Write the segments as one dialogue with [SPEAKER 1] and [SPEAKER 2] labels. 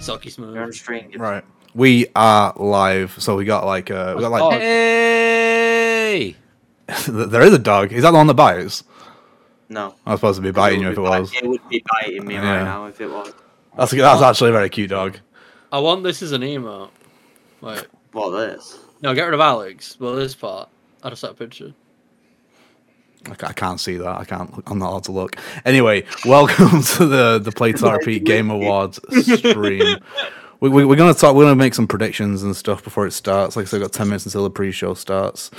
[SPEAKER 1] Saki smooth.
[SPEAKER 2] You're on stream.
[SPEAKER 3] Right. We are live, so we got like uh, we got
[SPEAKER 1] Oh,
[SPEAKER 3] like
[SPEAKER 1] Hey!
[SPEAKER 3] there is a dog. Is that the one that bites?
[SPEAKER 2] No.
[SPEAKER 3] I was supposed to be biting you
[SPEAKER 2] It
[SPEAKER 3] if it
[SPEAKER 2] would be
[SPEAKER 3] was.
[SPEAKER 2] bite- It would be biting me
[SPEAKER 3] Yeah.
[SPEAKER 2] right now if it was.
[SPEAKER 3] That's that's actually a very cute dog.
[SPEAKER 1] I want this as an emote. Wait.
[SPEAKER 2] What this?
[SPEAKER 1] No, get rid of Alex. Well, this part. I'll just set a picture.
[SPEAKER 3] I ca- I can't see that. I can't. I'm not allowed to look. Anyway, welcome to the the Playtherapy Game Awards stream. We, we, we're gonna talk. We're gonna make some predictions and stuff before it starts. Like I said, we've got ten minutes until the pre-show starts.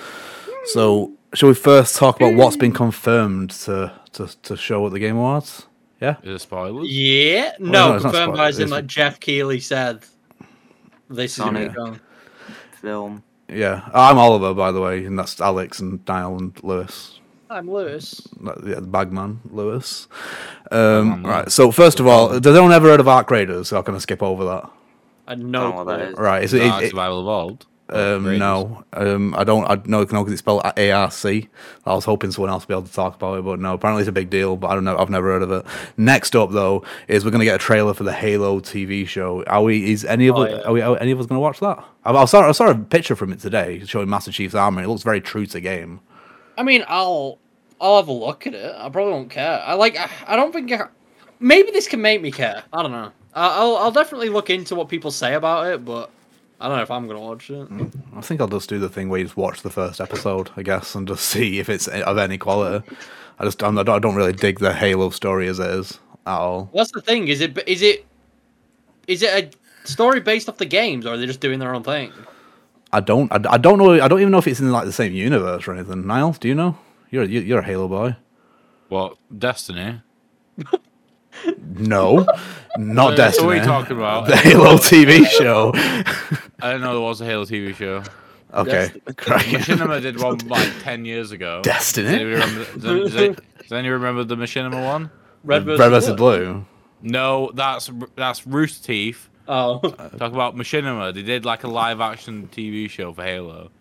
[SPEAKER 3] So, shall we first talk about what's been confirmed to to, to show at the Game Awards? Yeah.
[SPEAKER 4] Is it spoilers?
[SPEAKER 1] Yeah? No,
[SPEAKER 3] no, it's not
[SPEAKER 1] confirmed
[SPEAKER 3] spoiled,
[SPEAKER 1] by as in
[SPEAKER 3] is
[SPEAKER 1] like
[SPEAKER 3] it?
[SPEAKER 1] Jeff Keeley said. This is
[SPEAKER 2] Sonic.
[SPEAKER 1] me going.
[SPEAKER 2] Film.
[SPEAKER 3] Yeah, I'm Oliver, by the way, and that's Alex and Niall and Lewis.
[SPEAKER 1] I'm Lewis.
[SPEAKER 3] That- Yeah, the Bagman Lewis. Um,
[SPEAKER 4] Bagman
[SPEAKER 3] right.
[SPEAKER 4] Lewis.
[SPEAKER 3] So first of all, does anyone ever heard of Arc Raiders? So I'm gonna skip over that.
[SPEAKER 1] I
[SPEAKER 2] Don't
[SPEAKER 1] know.
[SPEAKER 2] know what that is.
[SPEAKER 3] Right. Is it,
[SPEAKER 4] Dark
[SPEAKER 3] it-
[SPEAKER 4] Survival Evolved.
[SPEAKER 3] um,
[SPEAKER 4] Raiders.
[SPEAKER 3] no. Um, I don't. I know because it's spelled A R C. I was hoping someone else would be able to talk about it, but no. Apparently it's a big deal, but I don't know. I've never heard of it. Next up though is we're gonna get a trailer for the Halo TV show. Are we? Is any of
[SPEAKER 1] Oh,
[SPEAKER 3] us-
[SPEAKER 1] yeah.
[SPEAKER 3] are we? Are any of us gonna watch that? I, I saw I saw a picture from it today showing Master Chief's armor. It looks very true to game.
[SPEAKER 1] I mean, I'll I'll have a look at it. I probably won't care. I like. I, I don't think. I, maybe this can make me care. I don't know. I, I'll I'll definitely look into what people say about it, but I don't know if I'm gonna watch it.
[SPEAKER 3] I think I'll just do the thing where you just watch the first episode, I guess, and just see if it's of any quality. I just I'm, I don't I don't really dig the Halo story as it is at all.
[SPEAKER 1] What's the thing? Is it is it is it a story based off the games, or are they just doing their own thing?
[SPEAKER 3] I don't I, I don't know I don't even know if it's in like the same universe or anything. Niall, do you know? You're you, you're a Halo boy.
[SPEAKER 4] What? Destiny?
[SPEAKER 3] No, not
[SPEAKER 4] That's
[SPEAKER 3] Destiny.
[SPEAKER 4] what are you talking about?
[SPEAKER 3] The Halo TV show.
[SPEAKER 4] I didn't know there was a Halo TV show.
[SPEAKER 3] Okay, cracking.
[SPEAKER 4] Machinima did one like 10 years ago. Does
[SPEAKER 3] Destiny.
[SPEAKER 4] anybody remember, does, does, does anybody remember the Machinima one?
[SPEAKER 1] Red
[SPEAKER 3] Red versus Blue.
[SPEAKER 4] No, that's that's Rooster Teeth.
[SPEAKER 1] Oh,
[SPEAKER 4] Talk about Machinima. They did like a live action TV show for Halo,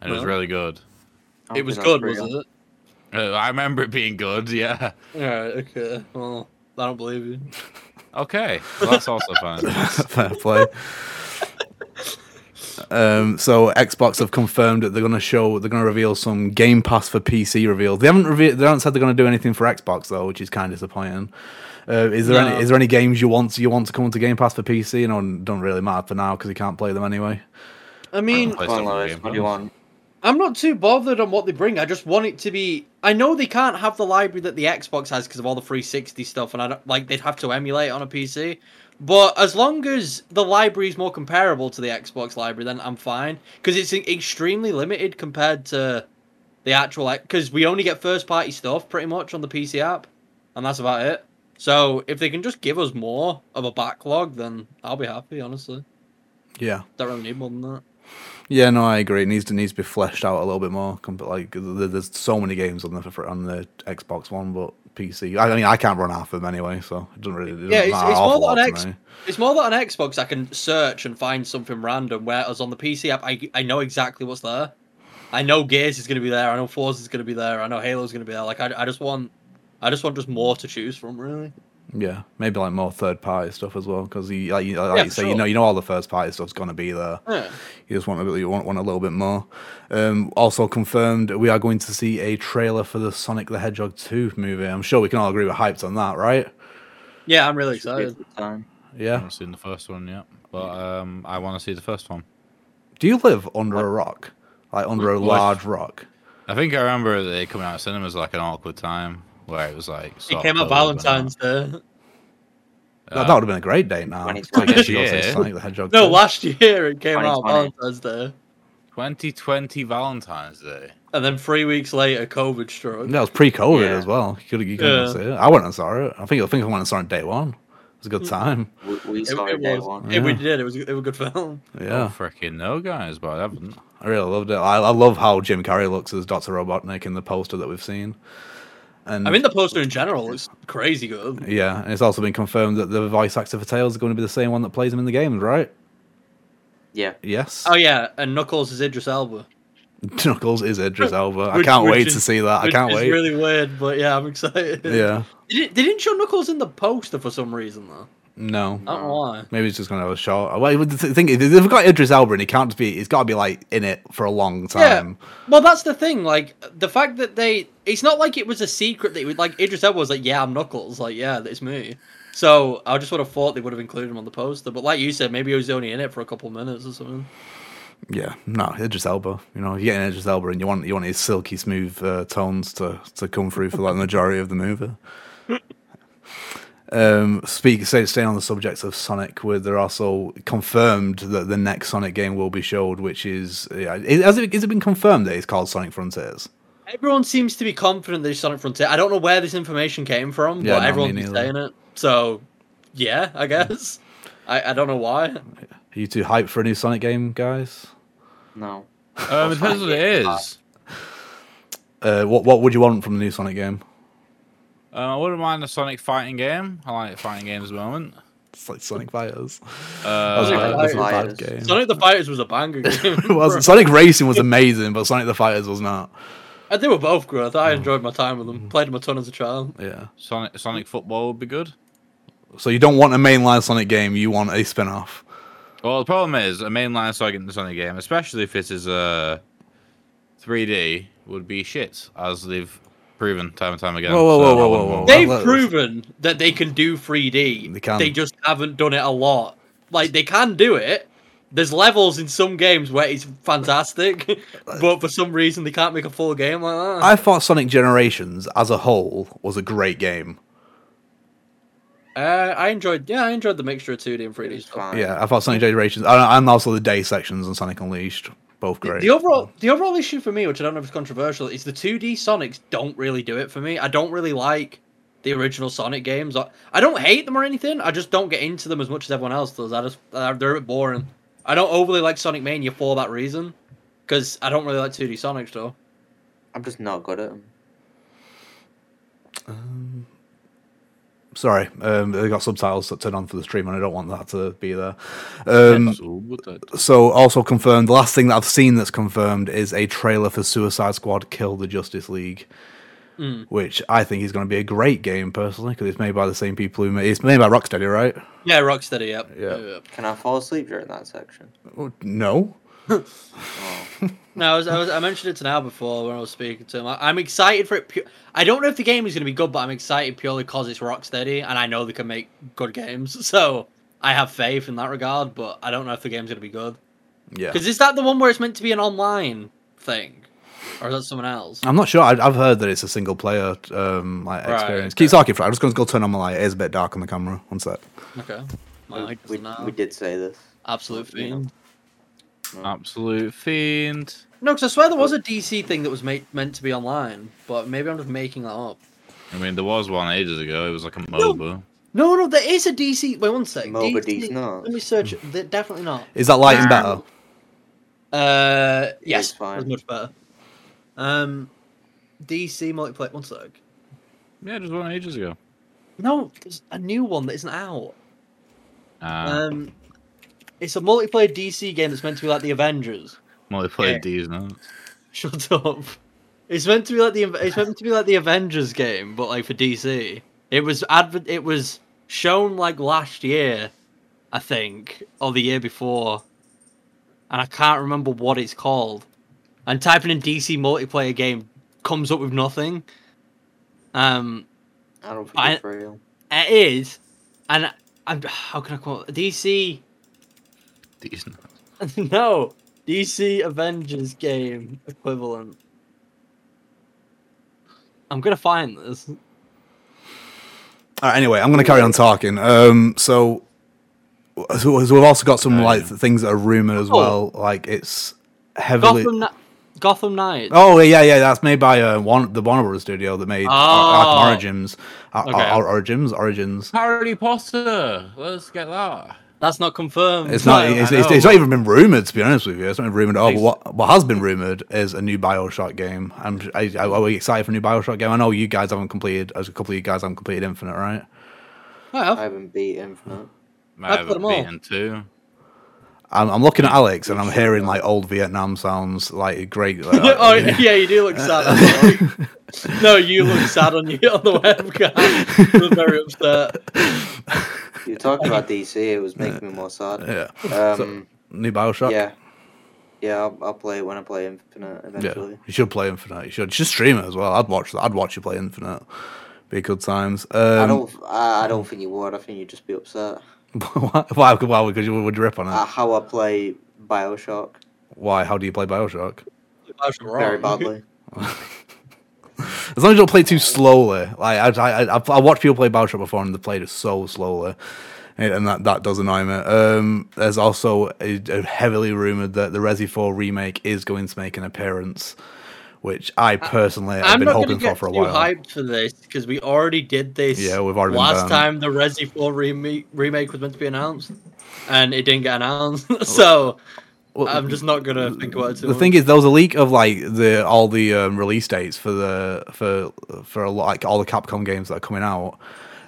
[SPEAKER 4] and it was
[SPEAKER 1] Well.
[SPEAKER 4] really good.
[SPEAKER 2] I don't
[SPEAKER 1] it was
[SPEAKER 2] think that's
[SPEAKER 1] good, was
[SPEAKER 2] real.
[SPEAKER 1] it?
[SPEAKER 4] Uh, I remember it being good. Yeah.
[SPEAKER 1] All right. Okay. Well, I don't believe you.
[SPEAKER 4] Okay. Well, that's also fine.
[SPEAKER 3] Fair play. Um, so Xbox have confirmed that they're going to show they're going to reveal some Game Pass for PC reveal. They haven't revealed they haven't said they're going to do anything for Xbox though, which is kind of disappointing. Uh, is there
[SPEAKER 1] No.
[SPEAKER 3] any is there any games you want you want to come to Game Pass for PC? You know, don't really matter for now because you can't play them anyway.
[SPEAKER 1] I mean,
[SPEAKER 4] Play
[SPEAKER 2] Come on,
[SPEAKER 4] some
[SPEAKER 2] Lewis,
[SPEAKER 4] Game
[SPEAKER 2] What do you
[SPEAKER 4] Pass.
[SPEAKER 2] want?
[SPEAKER 1] I'm not too bothered on what they bring. I just want it to be. I know they can't have the library that the Xbox has because of all the 360 stuff, and I don't like they'd have to emulate on a PC. But as long as the library is more comparable to the Xbox library, then I'm fine because it's extremely limited compared to the actual. Because we only get first party stuff pretty much on the PC app, and that's about it. So if they can just give us more of a backlog, then I'll be happy. Honestly,
[SPEAKER 3] Yeah,
[SPEAKER 1] don't really need more than that.
[SPEAKER 3] yeah, no, I agree. It needs to needs to be fleshed out a little bit more. com- Like th- th- there's so many games on the on the Xbox one, but PC. I mean, I can't run half of them anyway, so it doesn't really. It doesn't
[SPEAKER 1] Yeah, it's-
[SPEAKER 3] matter
[SPEAKER 1] it's
[SPEAKER 3] an
[SPEAKER 1] more
[SPEAKER 3] awful
[SPEAKER 1] than
[SPEAKER 3] lot
[SPEAKER 1] an
[SPEAKER 3] to
[SPEAKER 1] X-
[SPEAKER 3] me.
[SPEAKER 1] It's more that on Xbox I can search and find something random, whereas on the PC app I, I know exactly what's there. I know Gears is going to be there. I know Forza is going to be there. I know Halo's going to be there. Like I, I just want, I just want just more to choose from. Really,
[SPEAKER 3] Yeah, maybe like more third party stuff as well, because you like you, like
[SPEAKER 1] Yeah,
[SPEAKER 3] you
[SPEAKER 1] for
[SPEAKER 3] say, you
[SPEAKER 1] sure.
[SPEAKER 3] know, you know all the first party stuff's gonna be there.
[SPEAKER 1] yeah.
[SPEAKER 3] You just want a bit, you want, want a little bit more. Um, also confirmed, we are going to see a trailer for the Sonic the Hedgehog two movie. I'm sure we can all agree we're hyped on that, right?
[SPEAKER 1] yeah, I'm really
[SPEAKER 2] Here's
[SPEAKER 1] excited.
[SPEAKER 2] the time.
[SPEAKER 4] I
[SPEAKER 3] Yeah.
[SPEAKER 1] Mm.
[SPEAKER 4] haven't seen the first one yet, but um, I want to see the first one.
[SPEAKER 3] Do you live under a rock, like under a
[SPEAKER 4] Life.
[SPEAKER 3] large rock?
[SPEAKER 4] I think I remember they coming out of cinemas like an awkward time where it was like
[SPEAKER 1] It
[SPEAKER 4] sort
[SPEAKER 1] came
[SPEAKER 4] of
[SPEAKER 1] out
[SPEAKER 4] cold and
[SPEAKER 1] Valentine's Day.
[SPEAKER 4] out.
[SPEAKER 3] That,
[SPEAKER 4] Uh,
[SPEAKER 3] that would have been a great date now.
[SPEAKER 2] 2020.
[SPEAKER 3] Like, you go see
[SPEAKER 4] Yeah.
[SPEAKER 3] Sonic the Hedgehog.
[SPEAKER 1] No,
[SPEAKER 3] 2.
[SPEAKER 1] last year it came out
[SPEAKER 2] 2020.
[SPEAKER 1] Valentine's Day,
[SPEAKER 4] 2020 Valentine's Day.
[SPEAKER 1] and then three weeks later COVID struck.
[SPEAKER 3] That was pre-COVID
[SPEAKER 2] Yeah.
[SPEAKER 3] as well. You could you couldn't
[SPEAKER 1] Yeah.
[SPEAKER 3] see it. I went and saw it. I think I think I went and saw it day one. It was a good
[SPEAKER 1] Mm.
[SPEAKER 3] time.
[SPEAKER 2] We, we
[SPEAKER 1] It,
[SPEAKER 2] saw it,
[SPEAKER 1] it
[SPEAKER 2] day
[SPEAKER 1] was.
[SPEAKER 2] one.
[SPEAKER 1] It, We
[SPEAKER 3] Yeah.
[SPEAKER 1] did. It was. It was a good film.
[SPEAKER 3] Yeah.
[SPEAKER 4] Oh, freaking no, guys, but I haven't.
[SPEAKER 3] I really loved it. I, I love how Jim Carrey looks as Doctor Robotnik in the poster that we've seen. And
[SPEAKER 1] I mean, the poster in general looks crazy good.
[SPEAKER 3] yeah, and it's also been confirmed that the voice actor for Tails is going to be the same one that plays him in the games, right?
[SPEAKER 2] Yeah.
[SPEAKER 3] Yes.
[SPEAKER 1] Oh yeah, and Knuckles is Idris Elba.
[SPEAKER 3] Knuckles is Idris Elba. I
[SPEAKER 1] Which-
[SPEAKER 3] can't
[SPEAKER 1] which
[SPEAKER 3] wait
[SPEAKER 1] is-
[SPEAKER 3] to see that. I
[SPEAKER 1] Which
[SPEAKER 3] can't
[SPEAKER 1] is
[SPEAKER 3] wait.
[SPEAKER 1] really weird, but yeah, I'm excited.
[SPEAKER 3] yeah.
[SPEAKER 1] They didn't, they didn't show Knuckles in the poster for some reason though.
[SPEAKER 3] No.
[SPEAKER 1] I don't know why.
[SPEAKER 3] Maybe it's just gonna have a short. Well, the th- thing is, they've got Idris Elba, and he can't just be. It's got to be like in it for a long time.
[SPEAKER 1] Well, that's the thing. Like the fact that they, it's not like it was a secret that it would, like Idris Elba was like, "Yeah, I'm Knuckles." Like, yeah, that's me. So I just would have thought they would have included him on the poster. But like you said, maybe he was only in it for a couple minutes or something.
[SPEAKER 3] Yeah. No, Idris Elba. You know, you get an Idris Elba, and you want you want his silky smooth uh, tones to to come through for like the majority of the movie. Um, speak say, staying on the subject of Sonic, where they're also confirmed that the next Sonic game will be showed, which is yeah, it, has it, has it been confirmed that it's called Sonic Frontiers?
[SPEAKER 1] Everyone seems to be confident that it's Sonic Frontier. I don't know where this information came from,
[SPEAKER 3] Yeah,
[SPEAKER 1] but
[SPEAKER 3] no,
[SPEAKER 1] everyone
[SPEAKER 3] me
[SPEAKER 1] keeps
[SPEAKER 3] neither.
[SPEAKER 1] saying it. So, yeah, I guess. I, I don't know why.
[SPEAKER 3] Are you too hyped for a new Sonic game, guys?
[SPEAKER 2] No.
[SPEAKER 4] Um, it depends what it is.
[SPEAKER 3] Uh, what what would you want from the new Sonic game?
[SPEAKER 4] Um, I wouldn't mind a Sonic fighting game. I like fighting games at the moment.
[SPEAKER 3] It's like Sonic Fighters. That was, a bad,
[SPEAKER 4] Uh,
[SPEAKER 3] that was a
[SPEAKER 2] Fighters.
[SPEAKER 3] bad game.
[SPEAKER 1] Sonic the Fighters was a banger game.
[SPEAKER 3] It was- Sonic Racing was amazing, but Sonic the Fighters was not.
[SPEAKER 1] And they were both growth.
[SPEAKER 3] Hmm.
[SPEAKER 1] I enjoyed my time with them. Played them a ton as a child.
[SPEAKER 3] Yeah.
[SPEAKER 4] Sonic Sonic football would be good.
[SPEAKER 3] So you don't want a mainline Sonic game, you want a spin off.
[SPEAKER 4] Well, the problem is a mainline Sonic Sonic game, especially if it is a 3D, would be shit, as they've proven time and time again.
[SPEAKER 3] Whoa, whoa, whoa,
[SPEAKER 4] I
[SPEAKER 3] whoa,
[SPEAKER 4] wouldn't
[SPEAKER 3] whoa,
[SPEAKER 4] want-
[SPEAKER 3] whoa.
[SPEAKER 1] They've
[SPEAKER 3] let's-
[SPEAKER 1] proven that they can do 3D.
[SPEAKER 3] They can.
[SPEAKER 1] They just haven't done it a lot. Like they can do it. There's levels in some games where it's fantastic, but for some reason they can't make a full game like ah. that.
[SPEAKER 3] I thought Sonic Generations as a whole was a great game.
[SPEAKER 1] Uh, I enjoyed, yeah, I enjoyed the mixture of 2D and 3D
[SPEAKER 2] It's
[SPEAKER 1] stuff.
[SPEAKER 2] fine.
[SPEAKER 3] Yeah, I thought Sonic Generations and and also the day sections and Sonic Unleashed. Both
[SPEAKER 1] The-
[SPEAKER 3] great. Um,
[SPEAKER 1] The overall, the overall issue for me, which I don't know if it's controversial, is the 2D Sonics don't really do it for me. I don't really like the original Sonic games. I, I don't hate them or anything. I just don't get into them as much as everyone else does. I just uh, they're a bit boring. I don't overly like Sonic Mania for that reason, because I don't really like 2D Sonics though.
[SPEAKER 2] I'm just not good at them.
[SPEAKER 3] Sorry, um, they got subtitles that turn on for the stream, and I don't want that to be there. Um,
[SPEAKER 4] So would it?
[SPEAKER 3] so also confirmed. The last thing that I've seen that's confirmed is a trailer for Suicide Squad: Kill the Justice League,
[SPEAKER 1] Hmm.
[SPEAKER 3] which I think is going to be a great game personally because it's made by the same people who made it's made by Rocksteady, right?
[SPEAKER 1] Yeah, Rocksteady. Yep.
[SPEAKER 3] Yeah.
[SPEAKER 2] Can I fall asleep during that section?
[SPEAKER 3] Oh, No,
[SPEAKER 2] Oh.
[SPEAKER 1] No, I, was, I, was, I mentioned it to now before when I was speaking to him. I, I'm excited for it. Pu- I don't know if the game is going to be good, but I'm excited purely because it's Rocksteady, and I know they can make good games. So I have faith in that regard, but I don't know if the game's going to be good.
[SPEAKER 3] yeah.
[SPEAKER 1] Because is that the one where it's meant to be an online thing, or is that someone else?
[SPEAKER 3] I'm not sure. I, I've heard that it's a single player um, like
[SPEAKER 1] Right,
[SPEAKER 3] experience.
[SPEAKER 1] okay.
[SPEAKER 3] Keep talking for. I'm just going to go turn on my light. It is a bit dark on the camera. One sec.
[SPEAKER 1] Okay. My
[SPEAKER 2] We,
[SPEAKER 1] mic
[SPEAKER 2] we,
[SPEAKER 1] doesn't know.
[SPEAKER 2] we did say this.
[SPEAKER 1] Absolute
[SPEAKER 2] Yeah.
[SPEAKER 1] fiend.
[SPEAKER 4] Absolute fiend.
[SPEAKER 1] No, because I swear there
[SPEAKER 2] Oh.
[SPEAKER 1] was a DC thing that was made, meant to be online, but maybe I'm just making that up.
[SPEAKER 4] I mean, there was one ages ago. It was like a MOBA.
[SPEAKER 1] No, no, there is a DC. Wait one sec.
[SPEAKER 2] No, but he's not.
[SPEAKER 1] Let me search. it. They're Definitely not.
[SPEAKER 3] Is that lighting
[SPEAKER 1] Um,
[SPEAKER 3] better?
[SPEAKER 1] Uh, yes,
[SPEAKER 2] It's fine.
[SPEAKER 1] that's much better. Um, DC multiplayer. One sec.
[SPEAKER 4] Yeah, just one ages ago.
[SPEAKER 1] No, there's a new one that isn't out.
[SPEAKER 4] Uh,
[SPEAKER 1] Um, it's a multiplayer DC game that's meant to be like the Avengers.
[SPEAKER 4] multiplayer
[SPEAKER 1] yeah.
[SPEAKER 4] D's now.
[SPEAKER 1] Shut up. It's meant to be like the it's meant to be like the Avengers game, but like for DC. It was adver- It was shown like last year, I think, or the year before, and I can't remember what it's called. And typing in DC multiplayer game comes up with nothing. Um,
[SPEAKER 2] I don't think
[SPEAKER 1] I-
[SPEAKER 2] it's real.
[SPEAKER 1] it is, and I'm how can I call it DC?
[SPEAKER 4] D's nuts.
[SPEAKER 1] no, DC Avengers game equivalent. I'm gonna find this.
[SPEAKER 3] All right, anyway, I'm going to carry on talking. Um, so, so, so we've also got some like things that are rumored as
[SPEAKER 1] Oh.
[SPEAKER 3] well. Like it's heavily.
[SPEAKER 1] Gotham, Kni- Gotham Knights.
[SPEAKER 3] Oh yeah, yeah, that's made by uh, one the Warner Brothers studio that made Ar- Arkham
[SPEAKER 1] Oh.
[SPEAKER 3] Origins, Ar-
[SPEAKER 1] Okay.
[SPEAKER 3] Ar- Origins, Origins.
[SPEAKER 4] Harry Potter. Let's get that.
[SPEAKER 1] That's not confirmed.
[SPEAKER 3] It's not.
[SPEAKER 4] No,
[SPEAKER 3] It's,
[SPEAKER 4] I
[SPEAKER 3] it's,
[SPEAKER 4] know.
[SPEAKER 3] it's not even been rumored. To be honest with you, it's not even rumored. at all. But
[SPEAKER 4] Ex-
[SPEAKER 3] what what has been rumored is a new Bioshock game. I'm I, I, are we excited for a new Bioshock game? I know you guys haven't completed. As a couple of you guys haven't completed Infinite, right?
[SPEAKER 1] I have.
[SPEAKER 2] I haven't beat Infinite.
[SPEAKER 1] I've
[SPEAKER 4] Might have
[SPEAKER 1] got 'em all.
[SPEAKER 4] beaten two.
[SPEAKER 3] I'm, I'm looking at Alex and I'm hearing like old Vietnam sounds, like great. like,
[SPEAKER 1] oh yeah. you do look sad. on the web. no, you look sad on you on the webcam. You're very upset.
[SPEAKER 2] You were talking about DC. It was making me more sad.
[SPEAKER 3] Yeah.
[SPEAKER 2] Um,
[SPEAKER 3] New Bioshock.
[SPEAKER 2] yeah, yeah. I'll, I'll play it when I play Infinite
[SPEAKER 3] Yeah,
[SPEAKER 2] eventually.
[SPEAKER 3] you should play Infinite. You should. You should stream it as well. I'd watch that. I'd watch you play Infinite. Be good times.
[SPEAKER 2] I
[SPEAKER 3] Um,
[SPEAKER 2] don't. I, I don't think you would. I think you'd just be upset
[SPEAKER 3] why? Why? Why would you, would you rip on it?
[SPEAKER 2] at how I play Bioshock
[SPEAKER 3] why? How do you play Bioshock?
[SPEAKER 2] very badly.
[SPEAKER 3] As long as you don't play too slowly. Like I, I, I, I've- I watched people play Bioshock before, and they played it so slowly, and and that, that does annoy me. Um, there's also a, a heavily rumored that the Resi Four remake is going to make an appearance, which I personally have
[SPEAKER 1] I'm
[SPEAKER 3] been
[SPEAKER 1] not going to
[SPEAKER 3] hoping for
[SPEAKER 1] get
[SPEAKER 3] for
[SPEAKER 1] too
[SPEAKER 3] a while.
[SPEAKER 1] hyped for this because we already did this.
[SPEAKER 3] Yeah, we've already been
[SPEAKER 1] last time
[SPEAKER 3] banned.
[SPEAKER 1] the Resi 4 remake, remake was meant to be announced, and it didn't get announced.
[SPEAKER 3] Oh.
[SPEAKER 1] so
[SPEAKER 3] Well,
[SPEAKER 1] I'm just not going to think about it. Too
[SPEAKER 3] the
[SPEAKER 1] much.
[SPEAKER 3] thing is, there was a leak of like the all the um, release dates for the for for like all the Capcom games that are coming out,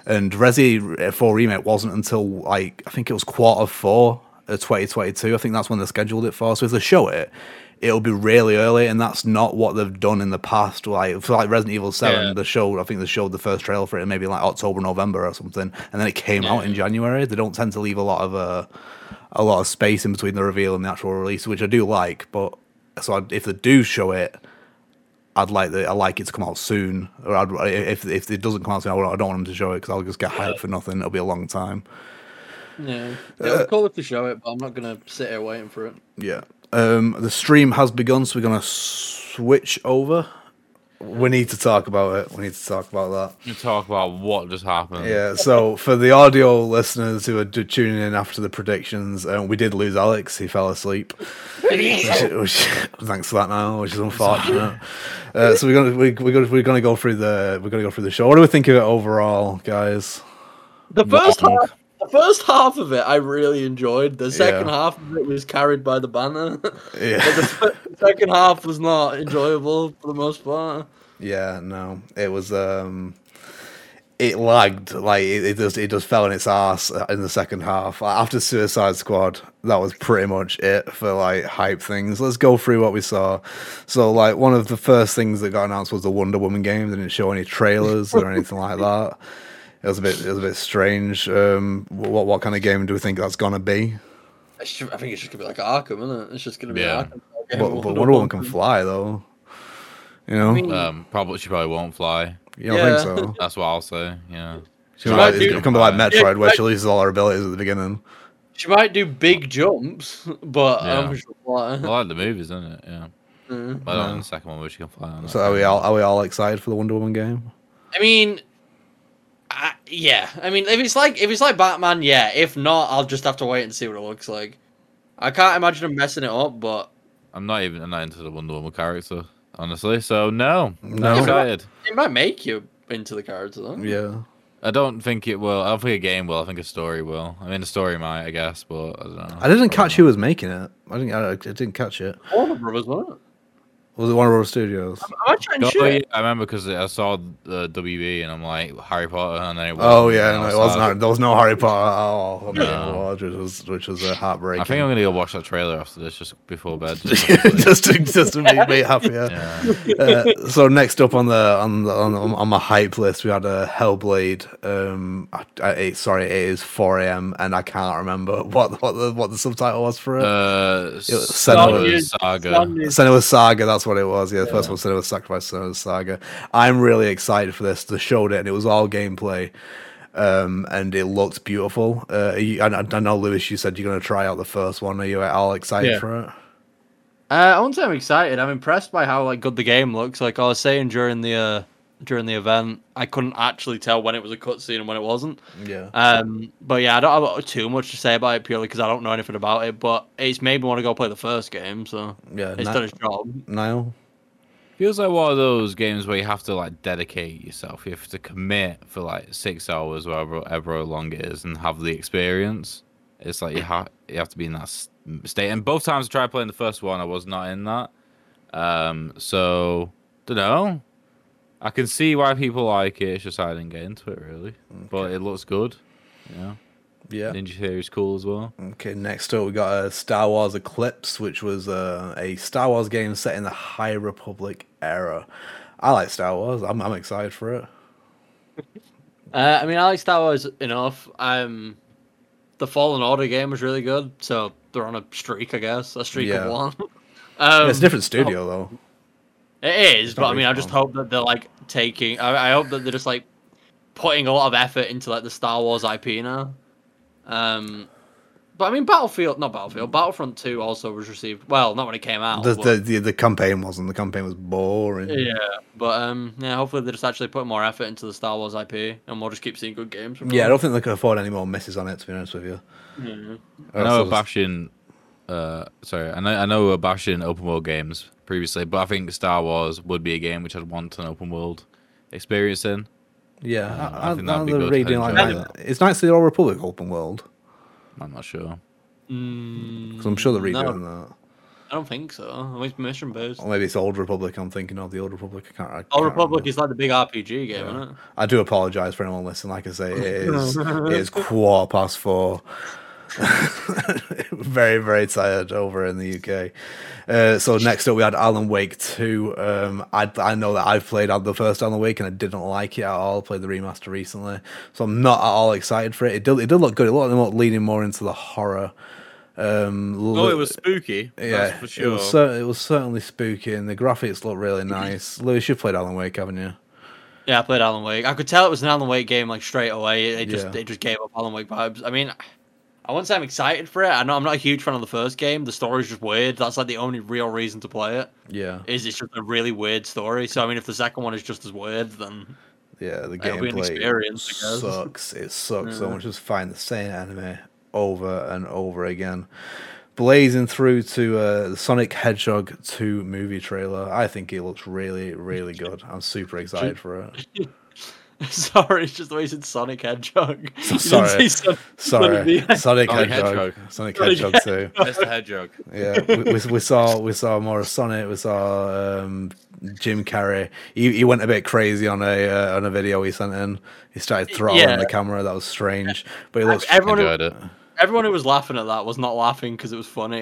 [SPEAKER 3] and Resi uh, Four Remake wasn't until like I think it was quarter four of 2022. I think that's when they scheduled it for. So if they show it, it'll be really early, and that's not what they've done in the past. Like for like Resident Evil Seven,
[SPEAKER 1] Yeah.
[SPEAKER 3] they showed I think they showed the first trailer for it in maybe like October, November or something, and then it came out in January. They don't tend to leave a lot of uh, a lot of space in between the reveal and the actual release, which I do like. But so I'd, if they do show it, I'd like the, I like it to come out soon. Or I'd, if if it doesn't come out soon, I don't want them to show it because I'll just get hyped for nothing. It'll be a long time.
[SPEAKER 1] yeah. It was cool if they show it, but I'm not going to sit here waiting for it.
[SPEAKER 3] Yeah. Um, the stream has begun, so we're gonna switch over. We need to talk about it. We need to talk about that.
[SPEAKER 4] You talk about what just happened.
[SPEAKER 3] Yeah, so for the audio listeners who are d- tuning in after the predictions, um, we did lose Alex. He fell asleep. Which- which- thanks for that, now, which is unfortunate. Uh, so we're gonna we, we're gonna we're gonna go through the we're gonna go through the show. What do we think of it overall, guys?
[SPEAKER 1] The first
[SPEAKER 3] Wrong.
[SPEAKER 1] half. The first half of it I really enjoyed. The second
[SPEAKER 3] Yeah.
[SPEAKER 1] half of it was carried by the banner.
[SPEAKER 3] Yeah,
[SPEAKER 1] the second half was not enjoyable for the most part.
[SPEAKER 3] yeah, no, it was um, it lagged like it, it just it just fell in its ass in the second half Like, after Suicide Squad. That was pretty much it for like hype things. Let's go through what we saw. So like one of the first things that got announced was the Wonder Woman game. They didn't show any trailers or anything like that. It was a bit it was a bit strange. Um, what what kind of game do we think that's gonna be?
[SPEAKER 1] It's ju- I think it's just gonna be like Arkham, isn't it? It's just gonna be
[SPEAKER 4] Yeah.
[SPEAKER 1] an Arkham. game.
[SPEAKER 3] But, but Wonder Woman can fly though. You know,
[SPEAKER 1] mean-
[SPEAKER 4] Um, probably she probably won't fly.
[SPEAKER 3] you don't
[SPEAKER 1] yeah.
[SPEAKER 3] think so.
[SPEAKER 4] That's what I'll say. Yeah.
[SPEAKER 1] She
[SPEAKER 3] She might,
[SPEAKER 1] might
[SPEAKER 3] it's
[SPEAKER 1] do-
[SPEAKER 3] gonna come to like Metroid,
[SPEAKER 1] Yeah,
[SPEAKER 3] where she
[SPEAKER 1] exactly.
[SPEAKER 3] loses all her abilities at the beginning.
[SPEAKER 1] She might do big jumps, but um,
[SPEAKER 4] Yeah.
[SPEAKER 1] I'm sure why.
[SPEAKER 4] I like the movies, isn't it? Yeah.
[SPEAKER 1] Mm.
[SPEAKER 4] But I don't
[SPEAKER 3] Yeah.
[SPEAKER 4] know the second one where she can fly on.
[SPEAKER 3] So are we all are we all excited for the Wonder Woman game?
[SPEAKER 1] I mean, I, yeah. I mean, if it's like if it's like Batman, yeah. If not, I'll just have to wait and see what it looks like. I can't imagine them messing it up, but
[SPEAKER 4] I'm not even I'm not into the Wonder Woman character, honestly. So no,
[SPEAKER 3] No.
[SPEAKER 4] not excited.
[SPEAKER 1] it might make you into the character. Though.
[SPEAKER 3] Yeah,
[SPEAKER 4] I don't think it will. I don't think a game will. I think a story will. I mean, a story might, I guess, but I don't know.
[SPEAKER 3] I didn't catch who was making it. I didn't. I, I didn't catch it.
[SPEAKER 1] Warner Brothers, wasn't it?
[SPEAKER 3] Was it Warner Bros. Studios?
[SPEAKER 1] Am I trying
[SPEAKER 4] Oh,
[SPEAKER 1] to
[SPEAKER 4] yeah,
[SPEAKER 1] shit?
[SPEAKER 4] I remember because I saw the WB and I'm like Harry Potter, and then it wasn't,
[SPEAKER 3] Oh yeah,
[SPEAKER 4] and I
[SPEAKER 3] no, it
[SPEAKER 4] was
[SPEAKER 3] wasn't.
[SPEAKER 4] sad.
[SPEAKER 3] Harry- There was no Harry Potter at all. I mean,
[SPEAKER 4] No.
[SPEAKER 3] well, Which was which was a heartbreaking.
[SPEAKER 4] I think I'm gonna go watch that trailer after this, just before bed. Just
[SPEAKER 3] just to, just to make me happier.
[SPEAKER 4] yeah.
[SPEAKER 3] Uh, so next up on the on the, on, on, on my hype list, we had a Hellblade. Um, I, I, it, sorry, it is 4 a.m. and I can't remember what what the, what the subtitle was for it.
[SPEAKER 4] Uh,
[SPEAKER 3] Senua.
[SPEAKER 4] Senua Saga.
[SPEAKER 1] Son is-
[SPEAKER 3] Cinema Saga, that's what it was. Yeah, the first one, Cinema Sacrifice, Cinema Saga. I'm really excited for this. They showed it, and it was all gameplay, um, and it looked beautiful. Uh, are you, I, I know, Lewis, you said you're going to try out the first one. Are you at all excited
[SPEAKER 1] Yeah.
[SPEAKER 3] for it?
[SPEAKER 1] Uh, I won't say I'm excited. I'm impressed by how like good the game looks. Like I was saying during the uh, during the event, I couldn't actually tell when it was a cutscene and when it wasn't.
[SPEAKER 3] Yeah.
[SPEAKER 1] Um, but yeah, I don't have too much to say about it purely because I don't know anything about it. But it's made me want to go play the first game, so
[SPEAKER 3] Yeah.
[SPEAKER 1] it's
[SPEAKER 3] Ni-
[SPEAKER 1] done its job.
[SPEAKER 3] Niall?
[SPEAKER 4] Feels like one of those games where you have to like dedicate yourself. You have to commit for like six hours, or however, however long it is, and have the experience. It's like you have you have to be in that s- state. And both times I tried playing the first one, I was not in that. Um, so don't know. I can see why people like it. It's just I didn't get into it really, but it looks good. Yeah,
[SPEAKER 3] Yeah.
[SPEAKER 4] Ninja Theory's cool as well.
[SPEAKER 3] Okay, next up we got a Star Wars Eclipse, which was uh, a Star Wars game set in the High Republic era. I like Star Wars. I'm, I'm excited for it.
[SPEAKER 1] Uh, I mean, I like Star Wars enough. Um, The Fallen Order game was really good, so they're on a streak, I guess. A streak
[SPEAKER 3] Yeah.
[SPEAKER 1] of one. um, oh,
[SPEAKER 3] Yeah, it's a different studio though.
[SPEAKER 1] It is,
[SPEAKER 3] It's
[SPEAKER 1] but
[SPEAKER 3] not
[SPEAKER 1] I mean, I just
[SPEAKER 3] respawn.
[SPEAKER 1] hope that they're like taking. I, I hope that they're just like putting a lot of effort into like the Star Wars IP now. Um, but I mean, Battlefield, not Battlefield, Battlefront Two also was received well, not when it came out.
[SPEAKER 3] The,
[SPEAKER 1] but-
[SPEAKER 3] the, the the campaign wasn't. The campaign was boring.
[SPEAKER 1] oh, yeah, but um, yeah, hopefully they just actually put more effort into the Star Wars IP, and we'll just keep seeing good games. From
[SPEAKER 3] Yeah, I
[SPEAKER 1] them.
[SPEAKER 3] don't think they could afford any more misses on it. To be honest with you,
[SPEAKER 1] Yeah.
[SPEAKER 4] I know
[SPEAKER 3] Or
[SPEAKER 4] we're
[SPEAKER 3] else
[SPEAKER 4] bashing. Uh, sorry, I know I know we're bashing open world games previously, but I think Star Wars would be a game which I'd want an open world experience in.
[SPEAKER 3] it's- yeah,
[SPEAKER 4] Uh,
[SPEAKER 3] I,
[SPEAKER 4] I
[SPEAKER 3] I,
[SPEAKER 4] think that'd
[SPEAKER 3] I,
[SPEAKER 4] be
[SPEAKER 3] they're
[SPEAKER 4] good.
[SPEAKER 3] really
[SPEAKER 4] I'd
[SPEAKER 3] like
[SPEAKER 1] enjoy
[SPEAKER 3] that. It's nice the Old Republic open world
[SPEAKER 4] I'm not sure.
[SPEAKER 1] Mm,
[SPEAKER 3] because I'm sure they're
[SPEAKER 1] no,
[SPEAKER 3] redoing that.
[SPEAKER 1] I don't think so. I mean, it's mission based.
[SPEAKER 3] Or maybe it's Old Republic. I'm thinking of the Old Republic. I can't. I
[SPEAKER 1] Old
[SPEAKER 3] can't
[SPEAKER 1] Republic
[SPEAKER 3] remember.
[SPEAKER 1] is like the big RPG game, isn't it?
[SPEAKER 3] I do apologize for anyone listening. Like I say, it is it is quarter past four. very very tired over in the UK. Uh, so next up we had Alan Wake two. Um, I I know that I've played the first Alan Wake and I didn't like it at all. played the remaster recently, so I'm not at all excited for it. It did it did look good. It looked like leaning more into the horror. Um,
[SPEAKER 4] No, Oh, it
[SPEAKER 3] lo-
[SPEAKER 4] was spooky.
[SPEAKER 3] yeah,
[SPEAKER 4] for
[SPEAKER 3] it
[SPEAKER 4] sure.
[SPEAKER 3] was cer- it was certainly spooky and the graphics look really nice. Lewis, you played Alan Wake, haven't you?
[SPEAKER 1] Yeah, I played Alan Wake. I could tell it was an Alan Wake game like straight away. It, it just
[SPEAKER 3] Yeah.
[SPEAKER 1] it just gave up Alan Wake vibes. I mean, I wouldn't say I'm excited for it. I know I'm not a huge fan of the first game. The story's just weird. That's like the only real reason to play it.
[SPEAKER 3] Yeah,
[SPEAKER 1] Is it's just a really weird story. So I mean, if the second one is just as weird, then
[SPEAKER 3] Yeah, the
[SPEAKER 1] It'll be an
[SPEAKER 3] gameplay
[SPEAKER 1] experience, I guess.
[SPEAKER 3] sucks. It sucks so
[SPEAKER 1] Yeah.
[SPEAKER 3] much. Just find the same anime over and over again. Blazing through to uh, the Sonic Hedgehog 2 movie trailer. I think it looks really, really good. I'm super excited for it.
[SPEAKER 1] sorry, it's just the way you said Sonic Hedgehog. You didn't
[SPEAKER 3] sorry.
[SPEAKER 1] say Sonic-
[SPEAKER 3] Sorry,
[SPEAKER 1] Sonic the-
[SPEAKER 3] Sonic
[SPEAKER 4] Sonic
[SPEAKER 3] Hedgehog.
[SPEAKER 4] Hedgehog.
[SPEAKER 3] Sonic
[SPEAKER 1] Sonic
[SPEAKER 3] Hedgehog 2.
[SPEAKER 4] Mr. Hedgehog.
[SPEAKER 3] Yeah, we, we, we saw we saw more of Sonic. We saw um, Jim Carrey. He, he went a bit crazy on a uh, on a video he sent in. He started throttling
[SPEAKER 1] Yeah.
[SPEAKER 3] the camera. That was strange, but it looks
[SPEAKER 1] Everyone who,
[SPEAKER 4] Enjoyed it.
[SPEAKER 1] everyone who was laughing at that was not laughing because it was funny.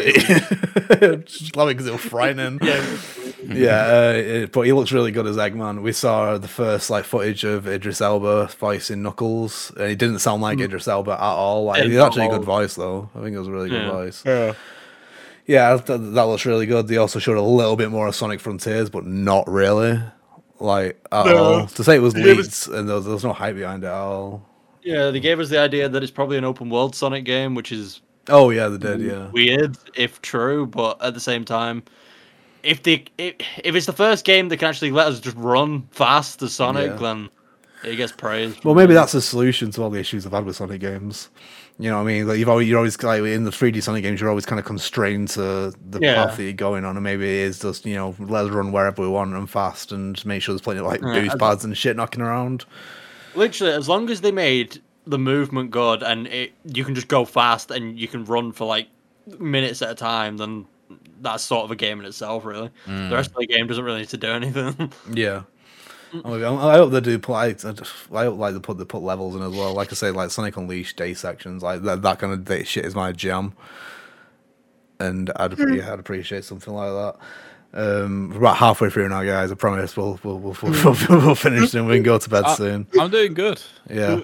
[SPEAKER 3] just love it because it was frightening.
[SPEAKER 1] yeah,
[SPEAKER 3] yeah, uh, it- but he looks really good as Eggman. We saw the first like footage of Idris Elba voicing Knuckles, and he didn't sound like Idris Elba at all. Like,
[SPEAKER 1] Yeah,
[SPEAKER 3] he's
[SPEAKER 1] not
[SPEAKER 3] actually a
[SPEAKER 1] at
[SPEAKER 3] good
[SPEAKER 1] all.
[SPEAKER 3] voice though. I think it was a really good
[SPEAKER 1] Yeah.
[SPEAKER 3] voice. Yeah, yeah, th- that looks really good. They also showed a little bit more of Sonic Frontiers, but not really. Like at
[SPEAKER 1] No.
[SPEAKER 3] all. To say it was
[SPEAKER 1] It was-
[SPEAKER 3] leaked and there was, there was no hype behind it at all.
[SPEAKER 1] yeah. They gave us the idea that it's probably an open world Sonic game, which is
[SPEAKER 3] Oh yeah, they did. Yeah,
[SPEAKER 1] weird if true, but at the same time, if they if, if it's the first game that can actually let us just run fast as Sonic,
[SPEAKER 3] Yeah.
[SPEAKER 1] then it gets praised.
[SPEAKER 3] Well, maybe that's the solution to all the issues I've had with Sonic games. You know what I mean? Like you've always, you're always like in the 3D Sonic games, you're always kind of constrained to the
[SPEAKER 1] Yeah.
[SPEAKER 3] path that you're going on, and maybe it is just you know let us run wherever we want and fast, and make sure there's plenty of like
[SPEAKER 1] Yeah,
[SPEAKER 3] boost
[SPEAKER 1] I-
[SPEAKER 3] pads and shit knocking around.
[SPEAKER 1] literally as long as they made the movement good and it you can just go fast and you can run for like minutes at a time, then that's sort of a game in itself, really. The
[SPEAKER 3] Hmm.
[SPEAKER 1] rest of the game doesn't really need to do anything.
[SPEAKER 3] Yeah. I mean, I I hope they do put. I, I just- I hope like they put they put levels in as well. Like I say, like Sonic Unleashed day sections, like that, that kind of day shit is my jam. And I'd appre- I'd appreciate something like that. Um, we're about halfway through now, guys. I promise we'll we'll we'll, we'll, we'll, we'll finish and we can go to bed soon.
[SPEAKER 4] I'm doing good.
[SPEAKER 3] Yeah,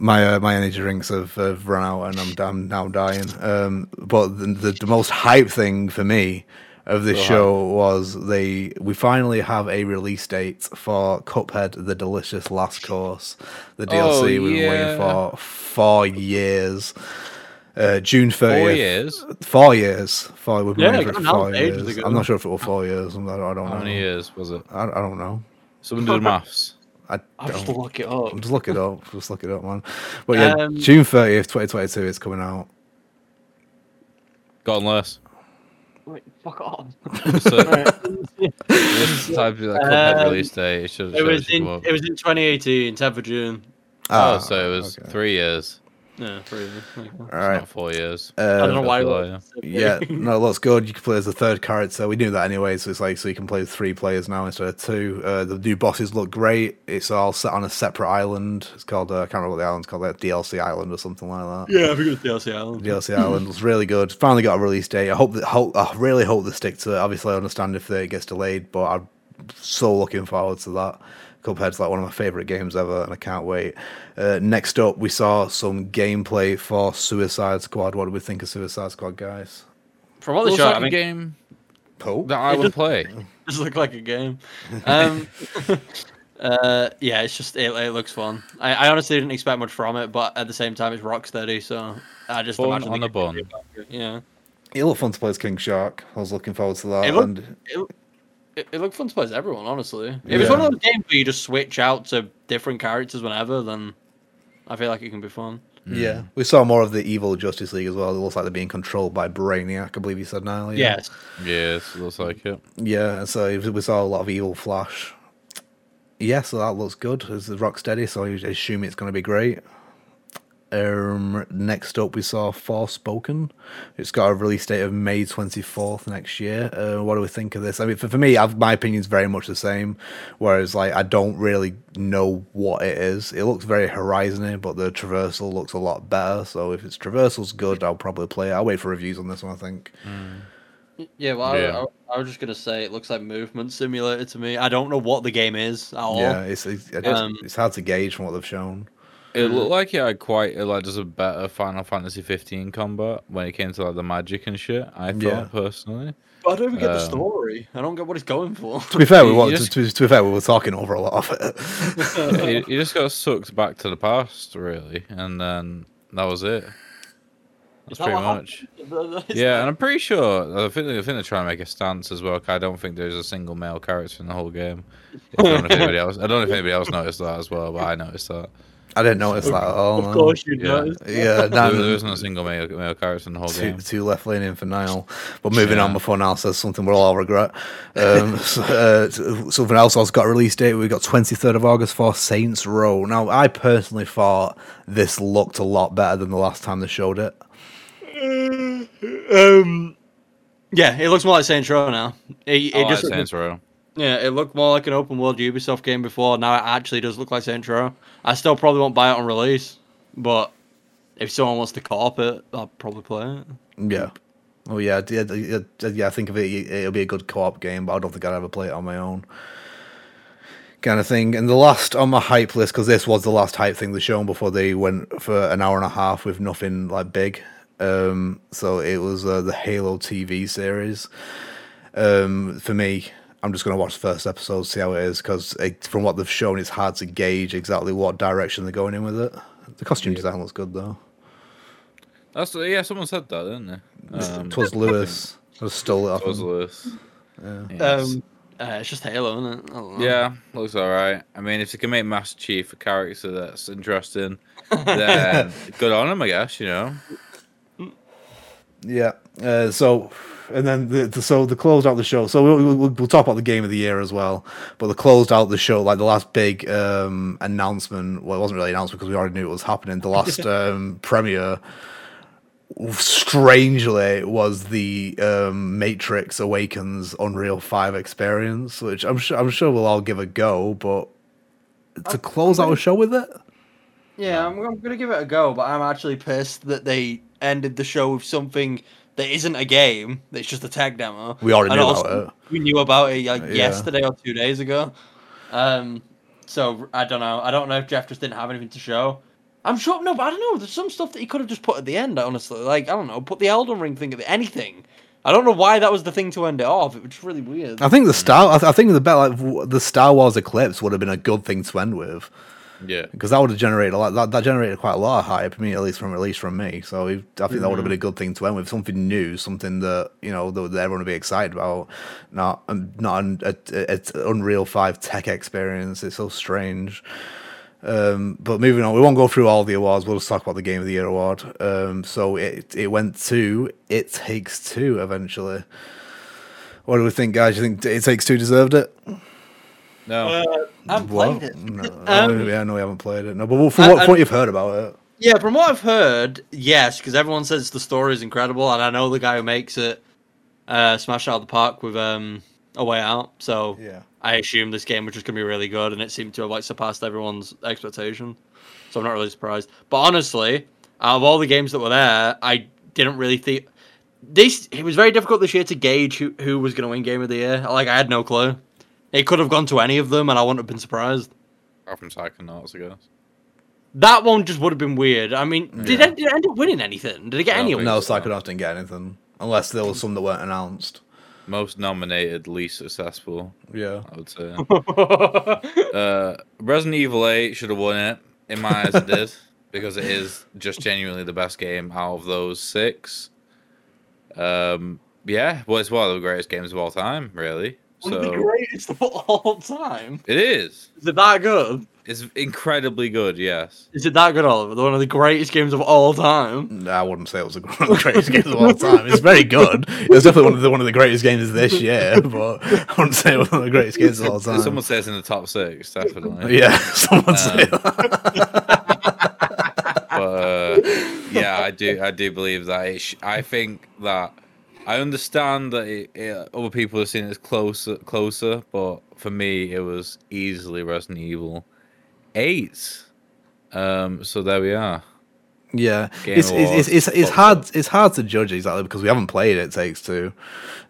[SPEAKER 3] my uh, my energy drinks have, have run out and I'm, I'm now dying. Um, but the, the the most hype thing for me of this show was they we finally have a release date for Cuphead: The Delicious Last Course, the DLC
[SPEAKER 4] Oh,
[SPEAKER 3] we've been waiting
[SPEAKER 4] yeah.
[SPEAKER 3] for four years. Uh, June
[SPEAKER 4] Four
[SPEAKER 3] thirtieth.
[SPEAKER 4] years.
[SPEAKER 3] Four years. Four. We've been
[SPEAKER 1] Yeah,
[SPEAKER 3] waiting
[SPEAKER 1] it
[SPEAKER 3] for
[SPEAKER 1] got
[SPEAKER 3] four
[SPEAKER 1] announced ages
[SPEAKER 3] years.
[SPEAKER 1] ago.
[SPEAKER 3] I'm not sure if it was four years. I'm not- I don't
[SPEAKER 4] How many
[SPEAKER 3] know.
[SPEAKER 4] years was it?
[SPEAKER 3] I, I don't know.
[SPEAKER 4] Someone did maths.
[SPEAKER 3] I
[SPEAKER 1] I'll just
[SPEAKER 3] don't-
[SPEAKER 1] look it up.
[SPEAKER 3] just look it up. Just look it up, man. But yeah,
[SPEAKER 1] Um,
[SPEAKER 3] June thirtieth, twenty twenty two, it's coming out.
[SPEAKER 4] Gone less.
[SPEAKER 1] Wait, fuck off.
[SPEAKER 4] So, this type of like, Cuphead
[SPEAKER 1] Um,
[SPEAKER 4] release date. It should.
[SPEAKER 1] It was
[SPEAKER 4] should
[SPEAKER 1] in
[SPEAKER 4] come up.
[SPEAKER 1] it was in 2018, 10th of June.
[SPEAKER 4] Oh,
[SPEAKER 3] Ah,
[SPEAKER 4] so it was
[SPEAKER 3] okay.
[SPEAKER 4] three years.
[SPEAKER 1] Yeah, pretty. okay.
[SPEAKER 3] All
[SPEAKER 4] It's
[SPEAKER 3] right.
[SPEAKER 4] Not four years.
[SPEAKER 1] I don't know
[SPEAKER 3] Um,
[SPEAKER 1] why.
[SPEAKER 4] July,
[SPEAKER 3] yeah, no, it looks good. You can play as a third character. We knew that anyway, so it's like so you can play with three players now instead of two. Uh, the new bosses look great. It's all set on a separate island. It's called uh, I can't remember what the island's called, like DLC Island or something like that.
[SPEAKER 1] Yeah, I think it was DLC Island.
[SPEAKER 3] DLC Island was really good. Finally got a release date. I hope that hope, I really hope they stick to it. Obviously, I understand if it gets delayed, but I'm so looking forward to that. Cuphead's like one of my favorite games ever, and I can't wait. Uh, next up, we saw some gameplay for Suicide Squad. What do we think of Suicide Squad, guys?
[SPEAKER 1] From what they
[SPEAKER 4] Looks
[SPEAKER 1] showed,
[SPEAKER 4] like
[SPEAKER 1] I
[SPEAKER 4] a
[SPEAKER 1] mean,
[SPEAKER 4] game
[SPEAKER 3] Oh,
[SPEAKER 4] that I
[SPEAKER 1] It
[SPEAKER 4] would play.
[SPEAKER 1] does look like a game. Um, uh, yeah, it's just it, it looks fun. I, I honestly didn't expect much from it, but at the same time, it's Rocksteady, so I just
[SPEAKER 4] Bun
[SPEAKER 1] imagine
[SPEAKER 4] on
[SPEAKER 1] the
[SPEAKER 4] a bun.
[SPEAKER 1] game- Yeah,
[SPEAKER 3] it looked fun to play as King Shark. I was looking forward to that.
[SPEAKER 1] It looked-
[SPEAKER 3] and
[SPEAKER 1] it, it looked fun to play as everyone. Honestly, if it's one
[SPEAKER 3] Yeah.
[SPEAKER 1] of those games where you just switch out to different characters whenever, then I feel like it can be fun.
[SPEAKER 3] yeah, we saw more of the evil Justice League as well. It looks like they're being controlled by Brainiac. I believe you said now.
[SPEAKER 1] Yes,
[SPEAKER 4] Yes, it looks like it.
[SPEAKER 3] Yeah, so we saw a lot of Evil Flash. Yeah, so that looks good. It's the Rocksteady, so I assume it's going to be great. Um, next up, we saw Forspoken. It's got a release date of May 24th next year. Uh, what do we think of this? I mean, for, for me, I've, my opinion's very much the same, whereas like I don't really know what it is. It looks very horizon but the traversal looks a lot better. So if it's traversal's good, I'll probably play it. I'll wait for reviews on this one, I think.
[SPEAKER 1] yeah. Well, I,
[SPEAKER 4] Yeah.
[SPEAKER 1] I, I was just gonna say it looks like movement simulator to me. I don't know what the game is at all.
[SPEAKER 3] Yeah, it's it's, it's,
[SPEAKER 1] Um,
[SPEAKER 3] it's hard to gauge from what they've shown.
[SPEAKER 4] It looked like it had quite it like does a better Final Fantasy 15 combat when it came to like the magic and shit. I thought
[SPEAKER 3] Yeah.
[SPEAKER 4] personally.
[SPEAKER 1] But I don't even get the
[SPEAKER 4] Um,
[SPEAKER 1] story. I don't get what it's going for.
[SPEAKER 3] To be fair, we
[SPEAKER 4] You-
[SPEAKER 3] were,
[SPEAKER 4] you
[SPEAKER 3] to,
[SPEAKER 4] just-
[SPEAKER 3] to, to be fair, we were talking over a lot of it.
[SPEAKER 4] you, you just got sucked back to the past, really, and then that was it. That's
[SPEAKER 1] that
[SPEAKER 4] pretty
[SPEAKER 1] what happened?
[SPEAKER 4] much. Yeah, and I'm pretty sure. I think, I think they're trying to make a stance as well. 'cause I don't think there's a single male character in the whole game. I don't know if anybody else. I don't know if anybody else noticed that as well, but I noticed that.
[SPEAKER 3] I didn't notice that at all. no.
[SPEAKER 1] you
[SPEAKER 4] Yeah. noticed.
[SPEAKER 3] Yeah,
[SPEAKER 4] There,
[SPEAKER 3] no,
[SPEAKER 4] there isn't a single male, male character in the whole
[SPEAKER 3] two,
[SPEAKER 4] game.
[SPEAKER 3] two left leaning for Niall. But moving on
[SPEAKER 4] Yeah.
[SPEAKER 3] before Niall says something we'll all regret. Um, so, uh, so- something else also got a release date. We got 23rd of August for Saints Row. Now, I personally thought this looked a lot better than the last time they showed it.
[SPEAKER 1] Um, yeah, it looks more like Saints Row now. It, it
[SPEAKER 4] I like
[SPEAKER 1] just
[SPEAKER 4] Saints Row.
[SPEAKER 1] yeah, it looked more like an open world Ubisoft game before. Now it actually does look like Saints Row. I still probably won't buy it on release, but if someone wants to co-op it, I'll probably play it.
[SPEAKER 3] Yeah. Oh yeah, d- yeah, d- yeah, yeah. I think of it. It'll be a good co-op game, but I don't think I'd ever play it on my own. Kind of thing. And the last on my hype list because this was the last hype thing they shown before they went for an hour and a half with nothing like big. Um, so it was uh, the Halo TV series. Um, for me, I'm just gonna watch the first episode, see how it is, because from what they've shown, it's hard to gauge exactly what direction they're going in with it. The costume design looks good though.
[SPEAKER 4] That's yeah. Someone said that, didn't they? Um,
[SPEAKER 3] Twas Lewis. I just stole it off. him.
[SPEAKER 4] Puzzlers. Yes.
[SPEAKER 1] Um, uh, it's just Halo, isn't it? I don't know.
[SPEAKER 4] Yeah, looks all right. I mean, if they can make Master Chief a character that's interesting, then good on him, I guess. You know,
[SPEAKER 3] Yeah. Uh, so, and then the, the so the closed out the show. So we'll, we'll, we'll talk about the game of the year as well. But the closed out the show, like the last big um, announcement. Well, it wasn't really an announcement because we already knew it was happening. The last um, premiere, strangely, was the um, Matrix Awakens Unreal Five experience, which I'm sure I'm sure we'll all give a go. But to close out a show with it,
[SPEAKER 1] Yeah, I'm, I'm gonna give it a go, but I'm actually pissed that they ended the show with something that isn't a game. That's just a tag demo.
[SPEAKER 3] We already
[SPEAKER 1] And
[SPEAKER 3] knew about
[SPEAKER 1] also, We knew about it like
[SPEAKER 3] Yeah.
[SPEAKER 1] yesterday or two days ago. Um, so I don't know. I don't know if Jeff just didn't have anything to show. I'm sure. No, but I don't know. There's some stuff that he could have just put at the end. Honestly, like I don't know, put the Elden Ring thing at the anything. I don't know why that was the thing to end it off. It was just really weird.
[SPEAKER 3] I think the Star, I, th- I think the bet like w- the Star Wars eclipse would have been a good thing to end with.
[SPEAKER 4] yeah.
[SPEAKER 3] because that would have generated a lot. That, that generated quite a lot of hype. I mean, at least from at least from me. So if- I think that would have been a good thing to end with something new, something that you know that, that everyone would be excited about. Not um, not an a, a, a Unreal Five tech experience. It's so strange. Um, but moving on, we won't go through all the awards. We'll just talk about the Game of the Year award. Um, so it it went to It Takes Two eventually. What do we think, guys? You think It Takes Two deserved it?
[SPEAKER 4] No,
[SPEAKER 1] I'm
[SPEAKER 3] Well,
[SPEAKER 1] played it.
[SPEAKER 3] No, Oh,
[SPEAKER 1] Um,
[SPEAKER 3] yeah, no, we haven't played it. No, but from
[SPEAKER 1] I-
[SPEAKER 3] what,
[SPEAKER 1] I-
[SPEAKER 3] from what you've heard about it,
[SPEAKER 1] Yeah, from what I've heard, yes, because everyone says the story is incredible, and I know the guy who makes it, uh, Smash Out of the Park with um, A Way Out. So
[SPEAKER 3] yeah.
[SPEAKER 1] I assume this game was just gonna be really good, and it seemed to have like surpassed everyone's expectation. So I'm not really surprised. But honestly, out of all the games that were there, I didn't really think this. It was very difficult this year to gauge who who was gonna win Game of the Year. Like I had no clue. It could have gone to any of them, and I wouldn't have been surprised.
[SPEAKER 4] Apart from Psychonauts, I guess.
[SPEAKER 1] That one just would have been weird. I mean, did, it, did it end up winning anything? Did it get
[SPEAKER 4] I don't
[SPEAKER 1] any
[SPEAKER 4] think
[SPEAKER 1] of
[SPEAKER 3] No,
[SPEAKER 1] them?
[SPEAKER 4] so.
[SPEAKER 3] Psychonauts didn't get anything unless there was some that weren't announced.
[SPEAKER 4] Most nominated, least successful,
[SPEAKER 3] Yeah,
[SPEAKER 4] I would say. uh, Resident Evil 8 should have won it. In my eyes, it did. Because it is just genuinely the best game out of those six. Um, yeah, well, it's one of the greatest games of all time, really.
[SPEAKER 1] One of the
[SPEAKER 4] So
[SPEAKER 1] greatest of all time.
[SPEAKER 4] it is.
[SPEAKER 1] Is it that good?
[SPEAKER 4] It's incredibly good, yes.
[SPEAKER 1] Is it that good, Oliver? One of the greatest games of all time.
[SPEAKER 3] I wouldn't say it was the greatest games of all time. It's very good. It was definitely one of the one of the greatest games this year, but I wouldn't say it was one of the greatest games of all time.
[SPEAKER 4] Someone says in the top six, definitely.
[SPEAKER 3] yeah, someone
[SPEAKER 1] Uh,
[SPEAKER 3] say
[SPEAKER 4] Um,
[SPEAKER 3] that.
[SPEAKER 4] but uh, yeah, I do, I do believe that. It sh- I think that I understand that it, it, other people have seen it as closer, closer, but for me, it was easily Resident Evil Eight. Um, so there we are.
[SPEAKER 3] yeah,
[SPEAKER 4] Game
[SPEAKER 3] it's it's, it's
[SPEAKER 4] Awards,
[SPEAKER 3] it's it's
[SPEAKER 4] fuck
[SPEAKER 3] hard it's hard to judge exactly because we haven't played it. Takes two.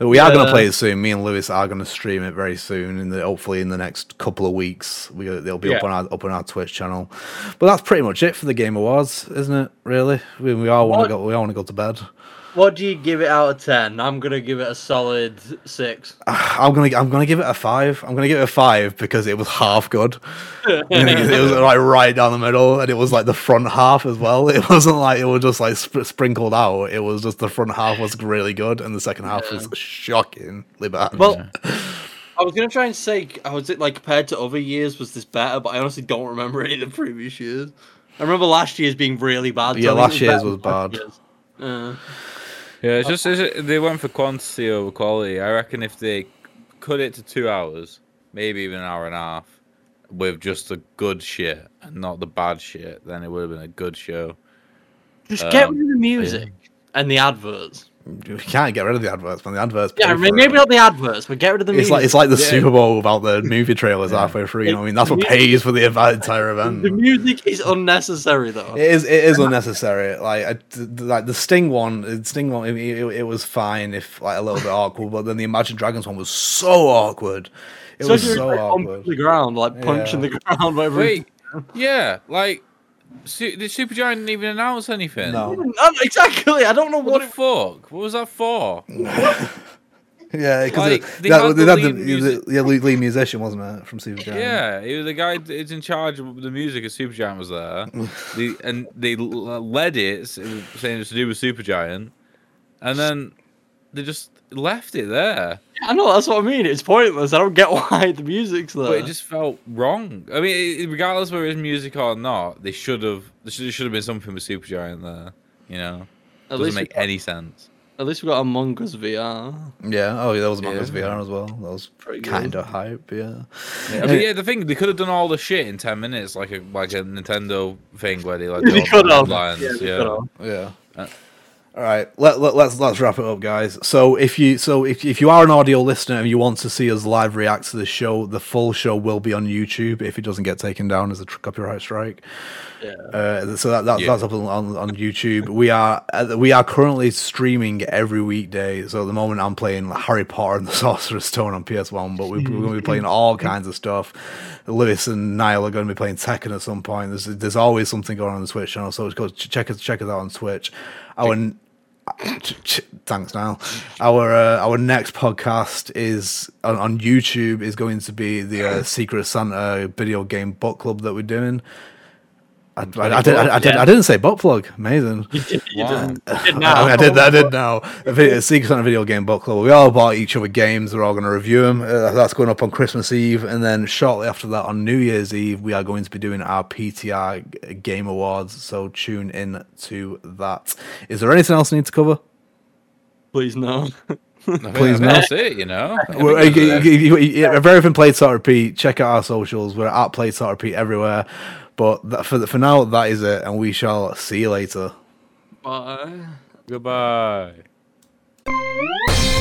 [SPEAKER 3] We are going to
[SPEAKER 1] Yeah.
[SPEAKER 3] play it soon. Me and Lewis are going to stream it very soon, and hopefully in the next couple of weeks, we they'll be up
[SPEAKER 4] Yeah.
[SPEAKER 3] on our up on our Twitch channel. But that's pretty much it for the Game Awards, isn't it? Really, we, we all want to
[SPEAKER 1] What?
[SPEAKER 3] go. We all want to go to bed.
[SPEAKER 1] What do you give it out of ten? I'm gonna give it a solid six.
[SPEAKER 3] I'm gonna I'm gonna give it a five. I'm gonna give it a five because it was half good. I'm gonna give- it was like right down the middle, and it was like the front half as well. It wasn't like it was just like sp- sprinkled out. It was just the front half was really good, and the second half was shockingly bad.
[SPEAKER 1] Well, I was gonna try and say, I was it like compared to other years, was this better? But I honestly don't remember any of the previous years. I remember last year's being really bad. so
[SPEAKER 3] Yeah,
[SPEAKER 1] I think
[SPEAKER 3] last
[SPEAKER 1] it
[SPEAKER 3] year's
[SPEAKER 1] better
[SPEAKER 3] was
[SPEAKER 1] than last
[SPEAKER 3] bad.
[SPEAKER 1] year's. Uh,
[SPEAKER 4] Yeah, it's just it's, they went for quantity over quality. I reckon if they cut it to two hours, maybe even an hour and a half, with just the good shit and not the bad shit, then it would have been a good show.
[SPEAKER 1] just get
[SPEAKER 4] Um,
[SPEAKER 1] rid of the music and the adverts.
[SPEAKER 3] you can't get rid of the adverts, man. The adverts.
[SPEAKER 1] Yeah,
[SPEAKER 3] pay
[SPEAKER 1] I
[SPEAKER 3] for
[SPEAKER 1] mean,
[SPEAKER 3] it.
[SPEAKER 1] maybe not the adverts, but get rid of the
[SPEAKER 3] It's
[SPEAKER 1] music.
[SPEAKER 3] like it's like the
[SPEAKER 4] Yeah.
[SPEAKER 3] Super Bowl without the movie trailers
[SPEAKER 4] Yeah.
[SPEAKER 3] halfway through. You know, what I mean, that's what
[SPEAKER 1] It-
[SPEAKER 3] pays for the ev- entire event.
[SPEAKER 1] the music is unnecessary though.
[SPEAKER 3] It is. It is unnecessary. Like, I, th- th- like the Sting one. the Sting one. It, it, it was fine if like a little bit awkward, but then the Imagine Dragons one was so awkward. It
[SPEAKER 1] So
[SPEAKER 3] was
[SPEAKER 1] you're,
[SPEAKER 3] so
[SPEAKER 1] like, bumping
[SPEAKER 3] awkward.
[SPEAKER 1] the ground, like punching
[SPEAKER 3] Yeah.
[SPEAKER 1] the ground, whatever.
[SPEAKER 4] Wait, yeah, like su- did Supergiant didn't even announce anything?
[SPEAKER 3] No.
[SPEAKER 1] No, exactly. I don't know
[SPEAKER 4] What
[SPEAKER 1] what
[SPEAKER 4] the
[SPEAKER 1] it
[SPEAKER 4] fuck? What was that for?
[SPEAKER 3] Yeah, because
[SPEAKER 4] Like, they
[SPEAKER 3] that
[SPEAKER 4] had
[SPEAKER 3] they
[SPEAKER 4] the
[SPEAKER 3] had the,
[SPEAKER 4] lead
[SPEAKER 3] the,
[SPEAKER 4] music-
[SPEAKER 3] yeah, lead, lead musician wasn't it from Super
[SPEAKER 4] Yeah, he was the guy that's in charge of the music at Supergiant was there, the, and they l- led it, s- saying it's to do with Supergiant, and then they just left it there.
[SPEAKER 1] I know that's what I mean. It's pointless. I don't get why the music's there.
[SPEAKER 4] But it just felt wrong. I mean, it, regardless whether it's music or not, they should have. There should, there should have been something with Supergiant there. You know,
[SPEAKER 1] at
[SPEAKER 4] doesn't
[SPEAKER 1] least,
[SPEAKER 4] make
[SPEAKER 1] we,
[SPEAKER 4] any sense.
[SPEAKER 1] at least we got Among Us VR.
[SPEAKER 3] Yeah. Oh, yeah. That was Among Us
[SPEAKER 4] Yeah.
[SPEAKER 3] VR as well. That was
[SPEAKER 1] Pretty good.
[SPEAKER 3] kind of hype. Yeah.
[SPEAKER 4] Yeah, but yeah, the thing they could have done all the shit in ten minutes, like a like a Nintendo thing where they like do
[SPEAKER 1] They
[SPEAKER 4] all the
[SPEAKER 1] could have.
[SPEAKER 4] headlines,
[SPEAKER 1] Yeah, they
[SPEAKER 4] yeah.
[SPEAKER 1] could have.
[SPEAKER 3] Yeah.
[SPEAKER 4] Uh,
[SPEAKER 3] All right, let, let, let's let's wrap it up, guys. So if you so if, if you are an audio listener and you want to see us live react to the show, the full show will be on YouTube if it doesn't get taken down as a tr- copyright strike.
[SPEAKER 1] Yeah.
[SPEAKER 3] Uh, so that, that
[SPEAKER 4] Yeah.
[SPEAKER 3] that's up on, on, on YouTube. We are uh, we are currently streaming every weekday. So at the moment, I'm playing Harry Potter and the Sorcerer's Stone on PS1, but we, we're going to be playing all kinds of stuff. Lewis and Niall are going to be playing Tekken at some point. There's there's always something going on on the Twitch channel. So go ch- check us check us out on Twitch. Our n- ch- ch- thanks now our uh, our next podcast is on, on youtube is going to be the uh, secret santa video game book club that we're doing I, I, I, did, I, I, did, I didn't say butt plug. Amazing.
[SPEAKER 4] Wow.
[SPEAKER 3] I, mean, I did. I did now. A video, Secrets on a Video Game Book Club. We all bought each other games. We're all going to review them. Uh, that's going up on Christmas Eve, and then shortly after that on New Year's Eve, we are going to be doing our PTR G- Game Awards. So tune in to that. Is there anything else we need to cover?
[SPEAKER 1] Please no.
[SPEAKER 4] I think
[SPEAKER 3] Please
[SPEAKER 4] that's it. You know, I think
[SPEAKER 3] Well,
[SPEAKER 4] that's
[SPEAKER 3] if you-
[SPEAKER 4] it.
[SPEAKER 3] if you- if everything played to repeat, check out our socials. We're at played to repeat everywhere. But that, for for now, that is it, and we shall see you later.
[SPEAKER 1] Bye.
[SPEAKER 4] goodbye.
[SPEAKER 5] Thank you.